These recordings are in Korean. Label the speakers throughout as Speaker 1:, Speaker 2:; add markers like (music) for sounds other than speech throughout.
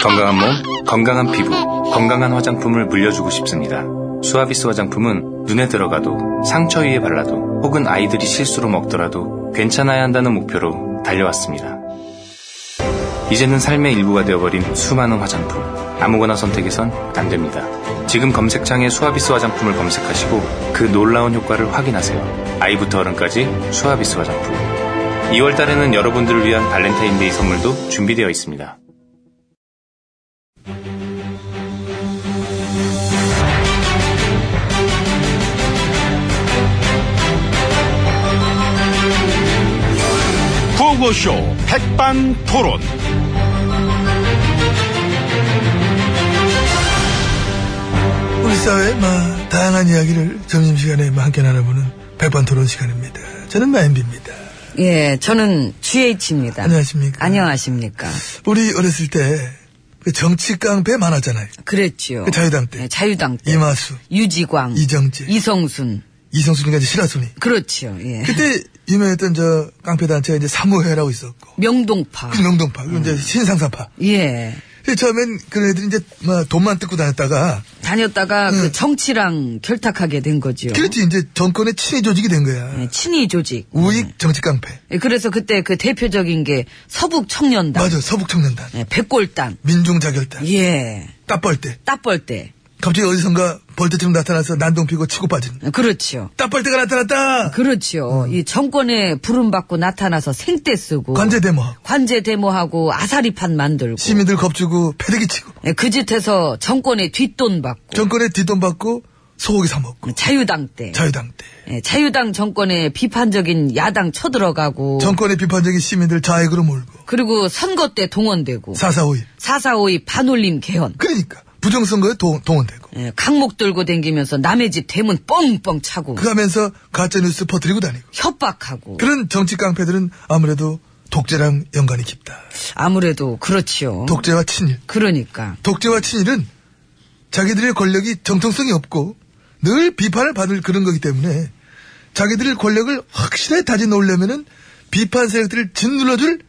Speaker 1: 건강한 몸, 건강한 피부, 건강한 화장품을 물려주고 싶습니다. 수아비스 화장품은 눈에 들어가도 상처 위에 발라도 혹은 아이들이 실수로 먹더라도 괜찮아야 한다는 목표로 달려왔습니다. 이제는 삶의 일부가 되어버린 수많은 화장품. 아무거나 선택해선 안 됩니다. 지금 검색창에 수아비스 화장품을 검색하시고 그 놀라운 효과를 확인하세요. 아이부터 어른까지 수아비스 화장품. 2월 달에는 여러분들을 위한 발렌타인데이 선물도 준비되어 있습니다.
Speaker 2: 구호쇼 백반 토론.
Speaker 3: 우리 사회의 막 다양한 이야기를 점심시간에 막 함께 나눠보는 백반 토론 시간입니다. 저는 마엠비입니다.
Speaker 4: 예, 저는
Speaker 3: 네.
Speaker 4: GH입니다.
Speaker 3: 안녕하십니까.
Speaker 4: 안녕하십니까.
Speaker 3: 우리 어렸을 때그 정치 깡패 많았잖아요.
Speaker 4: 그랬지요.
Speaker 3: 그 자유당 때.
Speaker 4: 예, 자유당 때.
Speaker 3: 이마수,
Speaker 4: 유지광.
Speaker 3: 이정재.
Speaker 4: 이성순.
Speaker 3: 이성순이가 이제 신하순이.
Speaker 4: 그렇지요, 예.
Speaker 3: (laughs) 그때 유명했던 저 깡패 단체가 이제 사무회라고 있었고.
Speaker 4: 명동파.
Speaker 3: 그 명동파, 그리고 이제 신상사파.
Speaker 4: 예.
Speaker 3: 그 처음엔 그런 애들이 이제 막 돈만 뜯고 다녔다가
Speaker 4: 다녔다가 그 정치랑 결탁하게 된
Speaker 3: 음.
Speaker 4: 거지요.
Speaker 3: 그렇지 이제 정권의 친위 조직이 된 거야.
Speaker 4: 예, 친위 조직.
Speaker 3: 우익 정치 깡패.
Speaker 4: 예, 그래서 그때 그 대표적인 게 서북 청년단.
Speaker 3: 맞아 서북 청년단,
Speaker 4: 예, 백골단.
Speaker 3: 민중 자결단,
Speaker 4: 예.
Speaker 3: 따뻘대.
Speaker 4: 따뻘대.
Speaker 3: 갑자기 어디선가 벌떼처럼 나타나서 난동 피고 치고 빠진.
Speaker 4: 예, 그렇지요.
Speaker 3: 따뻘대가 나타났다.
Speaker 4: 그렇지요. 이 정권에 부름받고 나타나서 생떼 쓰고.
Speaker 3: 음. 관제 대모.
Speaker 4: 관제 데모하고 아사리판 만들고.
Speaker 3: 시민들 겁주고 패대기 치고
Speaker 4: 예, 그 짓에서 정권에 뒷돈 받고 그
Speaker 3: 정권에 뒷돈 받고 소고기 사 먹고
Speaker 4: 자유당 때
Speaker 3: 자유당 때
Speaker 4: 예, 자유당 정권에 비판적인 야당 쳐들어가고
Speaker 3: 정권의 비판적인 시민들 좌익으로 몰고
Speaker 4: 그리고 선거 때 동원되고
Speaker 3: 사사오입.
Speaker 4: 4452 반올림 개헌
Speaker 3: 그러니까 부정선거에 동, 동원되고
Speaker 4: 예, 강목 들고 댕기면서 남의 집 대문 뻥뻥 차고
Speaker 3: 그하면서 가짜 뉴스 퍼뜨리고 다니고.
Speaker 4: 협박하고
Speaker 3: 그런 정치 깡패들은 아무래도 독재랑 연관이 깊다.
Speaker 4: 아무래도 그렇지요
Speaker 3: 독재와 친일.
Speaker 4: 그러니까
Speaker 3: 독재와 친일은 자기들의 권력이 정통성이 없고 늘 비판을 받을 그런 거기 때문에 자기들의 권력을 확실하게 다져놓으려면은 비판 세력들을 짓눌러줄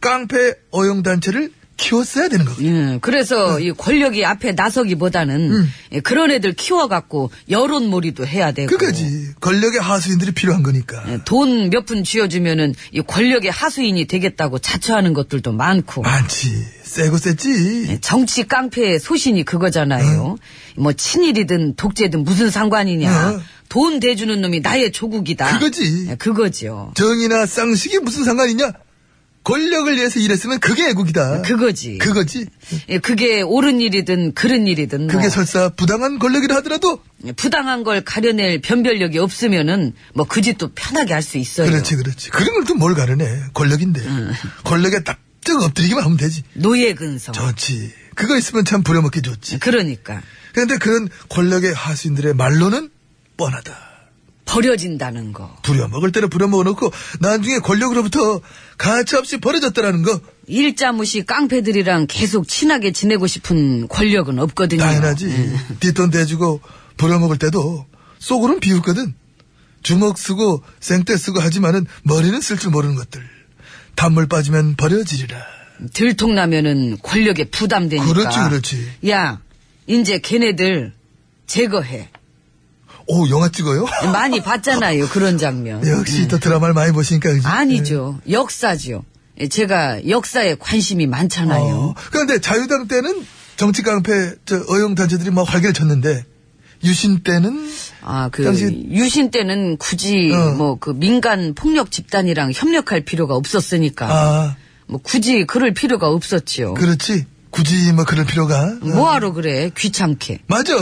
Speaker 3: 깡패 어용단체를 키웠어야 되는 거거든요.
Speaker 4: 예,
Speaker 3: 음.
Speaker 4: 그래서 이 권력이 앞에 나서기보다는 예, 그런 애들 키워갖고 여론몰이도 해야 되고
Speaker 3: 그거지. 권력의 하수인들이 필요한 거니까.
Speaker 4: 돈 몇 푼 쥐어주면은 이 권력의 하수인이 되겠다고 자처하는 것들도 많고
Speaker 3: 아. 많지. 세고
Speaker 4: 예.
Speaker 3: 셌지.
Speaker 4: 정치 깡패의 소신이
Speaker 3: 어.
Speaker 4: 그거잖아요. 뭐 친일이든 독재든 무슨 상관이냐.
Speaker 3: 응.
Speaker 4: 돈 대주는 놈이 나의 조국이다.
Speaker 3: 어. 그거지.
Speaker 4: 예, 그거지요.
Speaker 3: 정의나 쌍식이 무슨 상관이냐? 권력을 위해서 일했으면 그게 애국이다.
Speaker 4: 그거지.
Speaker 3: 그거지.
Speaker 4: 예, 그게 옳은 일이든 그른 일이든 뭐
Speaker 3: 그게 설사 부당한 권력이라 하더라도
Speaker 4: 부당한 걸 가려낼 변별력이 없으면은 뭐 그 짓도 편하게 할 수 있어요.
Speaker 3: 그렇지 그렇지 그런 걸 또 뭘 가르네 권력인데 권력에 딱정 엎드리기만 하면 되지
Speaker 4: 노예 근성.
Speaker 3: 좋지 그거 있으면 참 부려먹기 좋지
Speaker 4: 그러니까
Speaker 3: 그런데 그런 권력의 하수인들의 말로는 뻔하다
Speaker 4: 버려진다는 거.
Speaker 3: 부려먹을 때는 부려먹어놓고 나중에 권력으로부터 가차없이 버려졌다라는 거
Speaker 4: 일자무시 깡패들이랑 계속 친하게 지내고 싶은 권력은 없거든요.
Speaker 3: 당연하지 뒷돈 대주고 부려먹을 때도 속으로는 비웃거든 주먹 쓰고 생떼 쓰고 하지만은 머리는 쓸 줄 모르는 것들 단물 빠지면 버려지리라
Speaker 4: 들통나면은 권력에 부담되니까.
Speaker 3: 그렇지, 그렇지.
Speaker 4: 야, 이제 걔네들 제거해.
Speaker 3: 오 영화 찍어요?
Speaker 4: 많이 봤잖아요, 그런 장면. 음.
Speaker 3: 역시 또 드라마를 많이 보시니까 그지?
Speaker 4: 아니죠. 역사죠. 제가 역사에 관심이
Speaker 3: 네.
Speaker 4: 많잖아요.
Speaker 3: 어, 그런데 자유당 때는 정치 깡패 저 어용 단체들이 막 활개를 쳤는데 유신 때는
Speaker 4: 아, 그,
Speaker 3: 당시-
Speaker 4: 유신 때는 굳이,
Speaker 3: 어.
Speaker 4: 뭐, 그 민간 폭력 집단이랑 협력할 필요가 없었으니까.
Speaker 3: 아
Speaker 4: 뭐, 굳이 그럴 필요가 없었지요.
Speaker 3: 그렇지 굳이 뭐 그럴 필요가
Speaker 4: 뭐. 뭐하러 그래, 귀찮게.
Speaker 3: 맞아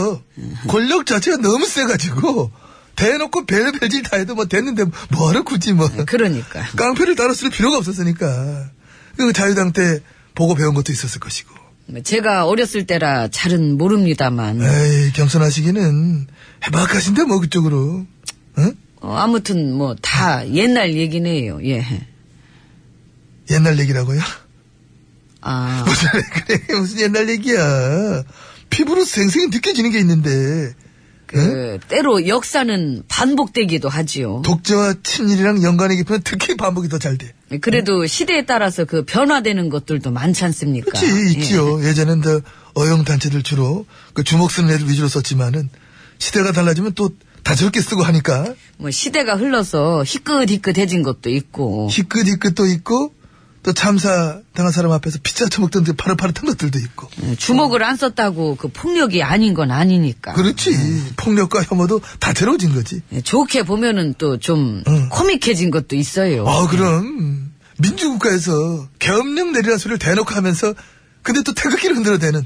Speaker 3: 권력 자체가 너무 세가지고 대놓고 별별질 다 해도 뭐 됐는데 뭐하러 굳이 뭐
Speaker 4: 그러니까.
Speaker 3: 깡패를 따로 쓸 필요가 없었으니까 그 자유당 때 보고 배운 것도 있었을 것이고
Speaker 4: 뭐 제가 어렸을 때라 잘은 모릅니다만.
Speaker 3: 에이 겸손하시기는 해박하신데 뭐 그쪽으로 응?
Speaker 4: 어, 아무튼 뭐 다 옛날 얘기네요. 예.
Speaker 3: 옛날 얘기라고요? (laughs)
Speaker 4: 아,
Speaker 3: 무슨 그래 무슨 옛날 얘기야. 피부로 생생히 느껴지는 게 있는데
Speaker 4: 그 때로 역사는 반복되기도 하지요.
Speaker 3: 독재와 친일이랑 연관이 깊으면 특히 반복이 더 잘 돼.
Speaker 4: 그래도 시대에 따라서 그 변화되는 것들도 많지 않습니까?
Speaker 3: 그치, 있지요. 그러니까, 예전엔 더 어용단체들 주로 그 주목 쓰는 애들 위주로 썼지만은 시대가 달라지면 또 다채롭게 쓰고 하니까
Speaker 4: 뭐 시대가 흘러서 희끗희끗해진 것도 있고.
Speaker 3: 희끗희끗도 있고 또 참사 당한 사람 앞에서 피자 처먹던 데 파릇파릇한 것들도 있고
Speaker 4: 예, 주목을 안 썼다고 그 폭력이 아닌 건 아니니까.
Speaker 3: 그렇지 폭력과 혐오도 다채로워진 거지
Speaker 4: 예, 좋게 보면은 또 좀
Speaker 3: 응.
Speaker 4: 코믹해진 것도 있어요.
Speaker 3: 음. 아 그럼 민주국가에서 계엄령 내리라는 소리를 대놓고 하면서 근데 또 태극기를 흔들어대는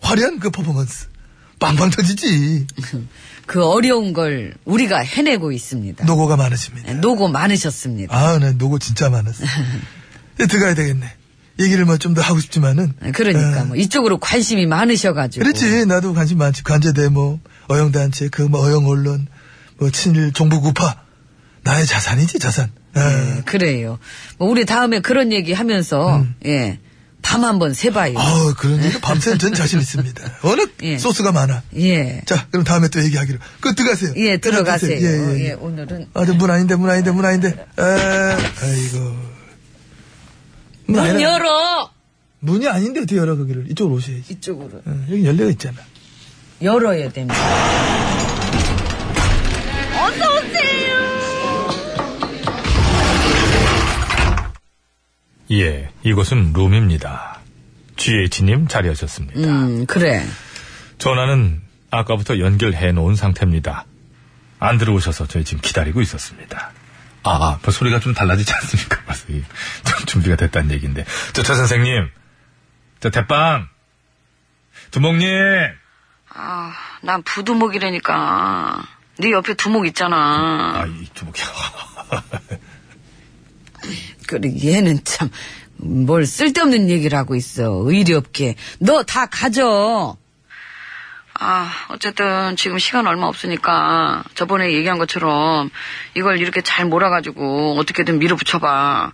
Speaker 3: 화려한 그 퍼포먼스 빵빵
Speaker 4: (laughs)
Speaker 3: 터지지
Speaker 4: 그 어려운 걸 우리가 해내고 있습니다.
Speaker 3: 노고가 많으십니다
Speaker 4: 예, 노고 많으셨습니다.
Speaker 3: 아 네 노고 진짜
Speaker 4: (laughs)
Speaker 3: 많았어 이제 들어가야 되겠네 얘기를 뭐 좀 더 하고 싶지만은
Speaker 4: 예, 그러니까
Speaker 3: 어,
Speaker 4: 뭐 이쪽으로 관심이 많으셔가지고.
Speaker 3: 그렇지. 나도 관심 많지. 관제대모, 뭐, 어영단체, 그 뭐 어영 언론, 뭐 친일 종북 우파. 나의 자산이지, 자산. 예.
Speaker 4: 예, 그래요. 뭐 우리 다음에 그런 얘기 하면서
Speaker 3: 음.
Speaker 4: 예. 밤 한번 새봐요.
Speaker 3: 어, 그런 얘기 밤새는 전 자신 있습니다. 워낙
Speaker 4: 예.
Speaker 3: 소스가 많아.
Speaker 4: 예.
Speaker 3: 자, 그럼 다음에 또 얘기하기로. 그 들어가세요.
Speaker 4: 예, 들어가세요.
Speaker 3: 예, 예.
Speaker 4: 예, 오늘은
Speaker 3: 아, 저문 아닌데, 문 아닌데, 문 아닌데. 아, 아이고. 문
Speaker 4: 문
Speaker 3: 아니라-
Speaker 4: 열어.
Speaker 3: 문이 아닌데 어떻게 열어, 거기를. 이쪽으로 오셔야지.
Speaker 4: 이쪽으로
Speaker 3: 어, 여기 열려가 있잖아.
Speaker 4: 열어야 됩니다.
Speaker 2: 예, 이곳은 룸입니다. GH님 자리하셨습니다.
Speaker 4: 음, 그래.
Speaker 2: 전화는 아까부터 연결해 놓은 상태입니다. 안 들어오셔서 저희 지금 기다리고 있었습니다. 아, 아, 벌써 소리가 좀 달라지지 않습니까? (laughs) 벌써 이게 좀 준비가 됐다는 얘기인데. 저, 차 선생님. 저, 대빵. 두목님.
Speaker 4: 아, 난 부두목이라니까. 네 옆에 두목 있잖아.
Speaker 2: 아, 이 (laughs) 두목이야.
Speaker 4: 그래, 얘는 참, 뭘 쓸데없는 얘기를 하고 있어. 의리 없게. 너 다 가져. 아, 어쨌든 지금 시간 얼마 없으니까 저번에 얘기한 것처럼 이걸 이렇게 잘 몰아가지고 어떻게든 밀어붙여봐.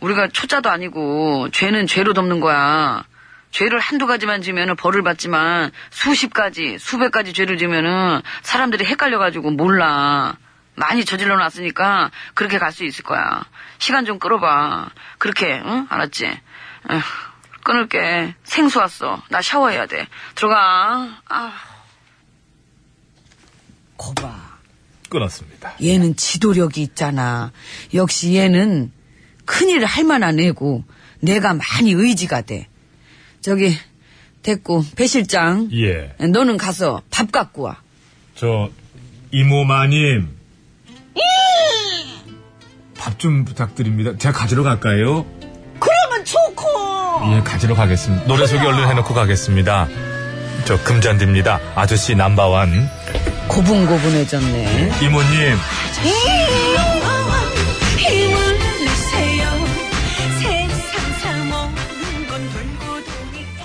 Speaker 4: 우리가 초짜도 아니고 죄는 죄로 덮는 거야. 죄를 한두 가지만 지으면 벌을 받지만 수십 가지, 수백 가지 죄를 지으면은 사람들이 헷갈려가지고 몰라. 많이 저질러 놨으니까 그렇게 갈 수 있을 거야. 시간 좀 끌어봐. 그렇게, 응? 알았지? 에휴, 끊을게. 생수 왔어. 나 샤워해야 돼. 들어가. 아. 거봐.
Speaker 2: 끊었습니다.
Speaker 4: 얘는 지도력이 있잖아. 역시 얘는 큰일을 할 만한 애고 내가 많이 의지가 돼. 저기 됐고 배 실장.
Speaker 2: 예.
Speaker 4: 너는 가서 밥 갖고 와.
Speaker 2: 저 이모마님 밥 좀 부탁드립니다. 제가 가지러 갈까요?
Speaker 4: 그러면 좋고.
Speaker 2: 예, 가지러 가겠습니다. 노래 소개 얼른 해놓고 가겠습니다. 저 금잔디입니다. 아저씨 남바완
Speaker 4: 고분고분해졌네.
Speaker 5: 음.
Speaker 2: 이모님
Speaker 6: 힘을 내세요 세상 사 먹는 건 돌고 도니까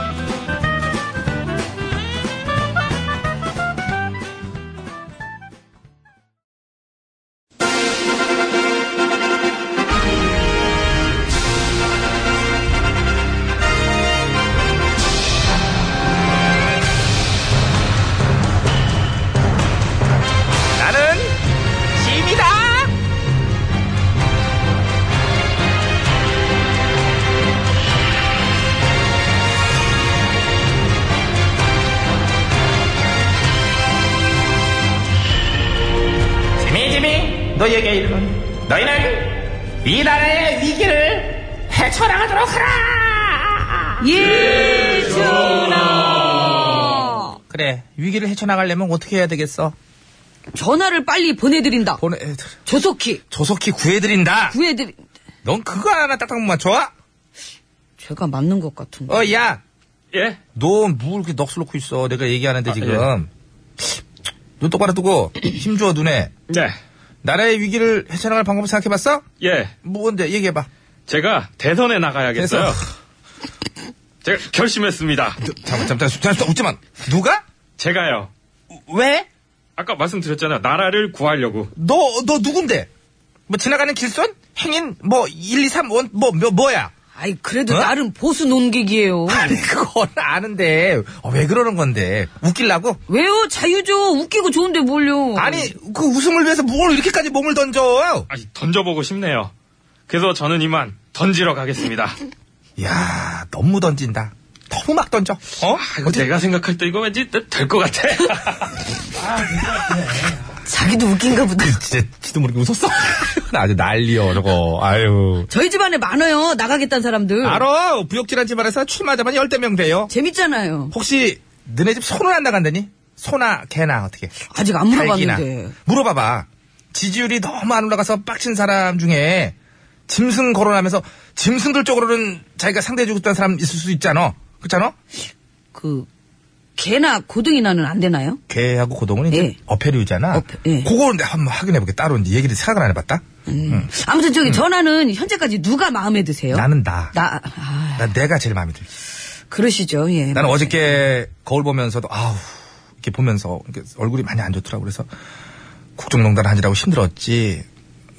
Speaker 5: 지미 지미 너에게 이르는 너희는 이 나라의 위기를 헤쳐나가도록 하라!
Speaker 4: 예, 전하!
Speaker 5: 그래, 위기를 헤쳐나가려면 어떻게 해야 되겠어?
Speaker 4: 전화를 빨리 보내드린다.
Speaker 5: 보내,
Speaker 4: 조속히
Speaker 5: 조속히 구해드린다!
Speaker 4: 구해드린,
Speaker 5: 넌 그거 하나 딱딱 못 맞춰?
Speaker 4: 제가 맞는 것 같은데.
Speaker 5: 어, 야!
Speaker 1: 예?
Speaker 5: 너 뭐 이렇게 넋을 놓고 있어. 내가 얘기하는데
Speaker 2: 아,
Speaker 5: 지금.
Speaker 2: 예.
Speaker 5: 눈 똑바로 뜨고, 힘주어, 눈에.
Speaker 1: 네.
Speaker 5: 나라의 위기를 헤쳐나갈 방법을 생각해봤어?
Speaker 1: 예.
Speaker 5: 뭔데? 뭐, 얘기해봐.
Speaker 1: 제가 대선에 나가야겠어요. (laughs) 제가 결심했습니다.
Speaker 5: 잠깐, 잠깐, 잠깐, 잠깐, 웃지만. 누가?
Speaker 1: 제가요.
Speaker 5: 왜?
Speaker 1: 아까 말씀드렸잖아요. 나라를 구하려고.
Speaker 5: 너, 너 누군데? 뭐, 지나가는 길손? 행인? 뭐, 1, 2, 3, 1, 뭐, 뭐, 뭐야?
Speaker 4: 아이, 그래도
Speaker 5: 어?
Speaker 4: 나름 보수 논객이에요.
Speaker 5: 아니, 그건 아는데. 어, 왜 그러는 건데? 웃기려고?
Speaker 4: 왜요? 자유죠. 웃기고 좋은데 뭘요?
Speaker 5: 아니, 그 웃음을 위해서 뭘 이렇게까지 몸을 던져?
Speaker 1: 아니, 던져보고 싶네요. 그래서 저는 이만 던지러 가겠습니다.
Speaker 5: 야 너무 던진다. 너무 막 던져. 어?
Speaker 1: 아, 이거 내가 생각할 때 이거 왠지 될 것 같아.
Speaker 4: 자기도 웃긴가 보다.
Speaker 5: 진짜 지도 모르게 웃었어. (laughs) 나 아주 난리여, 저거. 아유.
Speaker 4: 저희 집안에 많아요. 나가겠다는 사람들.
Speaker 5: 알아. 부역질한 집안에서 출마자만 열대 명 돼요.
Speaker 4: 재밌잖아요.
Speaker 5: 혹시 너네 집 손은 안 나간다니? 소나 개나 어떻게?
Speaker 4: 아직 안
Speaker 5: 달기나.
Speaker 4: 물어봤는데.
Speaker 5: 물어봐봐. 지지율이 너무 안 올라가서 빡친 사람 중에 짐승 거론하면서 짐승들 쪽으로는 자기가 상대해주고 싶다는 사람 있을 수 있잖아. 그렇잖아?
Speaker 4: 그, 개나 고등이나는 안 되나요?
Speaker 5: 개하고 고동은 이제
Speaker 4: 예.
Speaker 5: 어패류잖아.
Speaker 4: 어패, 예.
Speaker 5: 그거는 내가 한번 확인해볼게. 따로 이제 얘기를 생각을 안 해봤다.
Speaker 4: 아무튼 저기 전화는 현재까지 누가 마음에 드세요?
Speaker 5: 나는 나.
Speaker 4: 나, 아,
Speaker 5: 난 내가 제일 마음에 들지.
Speaker 4: 그러시죠, 예.
Speaker 5: 나는 어저께 거울 보면서도 아우 이렇게 보면서 이렇게 얼굴이 많이 안 좋더라고 그래서 (laughs) 국정농단 하느라고 힘들었지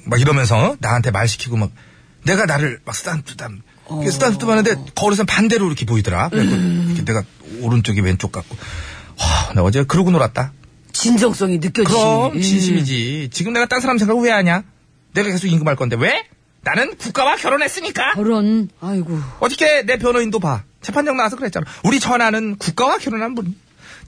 Speaker 5: 막 이러면서 어? 나한테 말 시키고 막 내가 나를 막 쓰담쓰담 이렇게 쓰담쓰담 하는데 거울에서 반대로 이렇게 보이더라 그래서 이렇게 내가 오른쪽이 왼쪽 같고 와, 나 어제 그러고 놀았다
Speaker 4: 진정성이 예. 느껴지시네.
Speaker 5: 그럼 진심이지 지금 내가 딴 사람 생각 왜 하냐 내가 계속 임금할 건데 왜 나는 국가와 결혼했으니까
Speaker 4: 결혼, 아이고.
Speaker 5: 어저께 내 변호인도 봐. 재판장 나와서 그랬잖아. 우리 전하는 국가와 결혼한 분.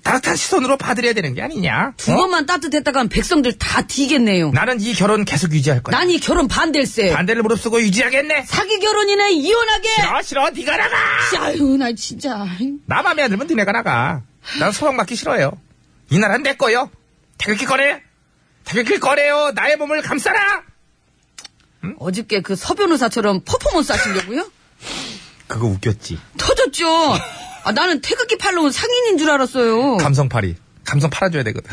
Speaker 5: 따뜻한 시선으로 봐드려야 되는 게 아니냐.
Speaker 4: 두
Speaker 5: 어?
Speaker 4: 번만 따뜻했다간 백성들 다 뒤겠네요.
Speaker 5: 나는 이 결혼 계속 유지할 거야.
Speaker 4: 난 이 결혼 반댈세.
Speaker 5: 반대를 무릅쓰고 유지하겠네.
Speaker 4: 사기 결혼이네, 이혼하게!
Speaker 5: 싫어, 싫어, 네가 나가!
Speaker 4: 아유, 나 진짜.
Speaker 5: 나 맘에 안 들면 니네가 나가. 난 소방받기 싫어요. 이 나라는 내 거요. 태극기 꺼내! 태극기 꺼내요! 나의 몸을 감싸라!
Speaker 4: 어저께 그 서변호사처럼 퍼포먼스 하시려고요?
Speaker 5: 그거 웃겼지.
Speaker 4: 터졌죠? 아, 나는 태극기 팔러 온 상인인 줄 알았어요.
Speaker 5: 감성팔이. 감성 팔아줘야 되거든.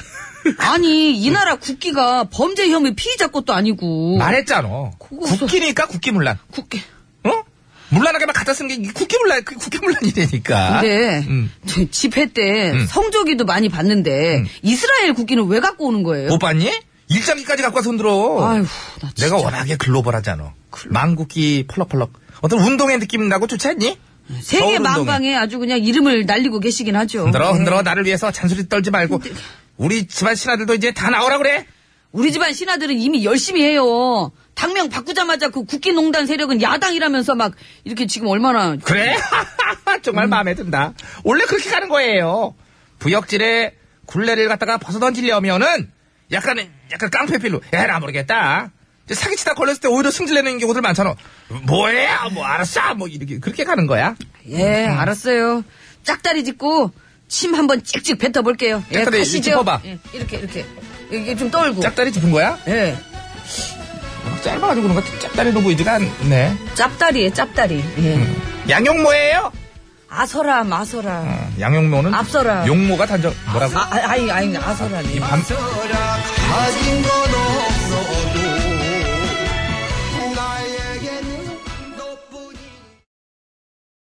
Speaker 4: 아니, 이 나라 국기가 범죄 혐의 피의자 것도 아니고.
Speaker 5: 말했잖아.
Speaker 4: 그거
Speaker 5: 국기니까 국기문란.
Speaker 4: 국기.
Speaker 5: 어? 문란하게 막 갖다 쓰는 게 국기문란, 그 국기문란이라니까.
Speaker 4: 근데
Speaker 5: 음.
Speaker 4: 저 집회 때 성조기도 많이 봤는데 이스라엘 국기는 왜 갖고 오는 거예요?
Speaker 5: 못 봤니? 일장기까지 갖고 와서 흔들어.
Speaker 4: 아휴, 나 진짜.
Speaker 5: 내가 워낙에 글로벌하잖아. 망국기 펄럭펄럭. 어떤 운동의 느낌 나고 좋지 않니?
Speaker 4: 세계
Speaker 5: 서울 운동회.
Speaker 4: 만방에 아주 그냥 이름을 날리고 계시긴 하죠. 네.
Speaker 5: 흔들어, 흔들어. 나를 위해서 잔소리 떨지 말고. 우리 집안 신하들도 이제 다 나오라 그래.
Speaker 4: 우리 집안 신하들은 이미 열심히 해요. 당명 바꾸자마자 그 국기농단 세력은 야당이라면서 막 이렇게 지금 얼마나
Speaker 5: 그래? (laughs) 정말 마음에 든다. 원래 그렇게 가는 거예요. 부역질에 굴레를 갖다가 벗어 던지려면은 약간, 약간 깡패필로. 에라 모르겠다. 이제 사기치다 걸렸을 때 오히려 승질내는 경우들 많잖아. 뭐야? 뭐 알았어? 뭐 이렇게 그렇게 가는 거야.
Speaker 4: 예 알았어요. 짝다리 짚고 침 한번 찍찍 뱉어볼게요. 예,
Speaker 5: 짝다리
Speaker 4: 가시죠.
Speaker 5: 짚어봐.
Speaker 4: 예, 이렇게 이렇게 이게 좀 떨고.
Speaker 5: 짝다리 짚은 거야? 뭐
Speaker 4: 예,
Speaker 5: 짧아가지고 그런가 짭짤해 보이지가 않네.
Speaker 4: 짭다리에 짭다리. 예.
Speaker 5: 양용모예요?
Speaker 4: 아서라 마서라.
Speaker 5: 양용모는
Speaker 4: 앞서라.
Speaker 5: 용모가 단정 어, 뭐라고?
Speaker 4: 아, 아니, 아니, 아서라니.
Speaker 5: 밤-
Speaker 7: 가진 건 없어도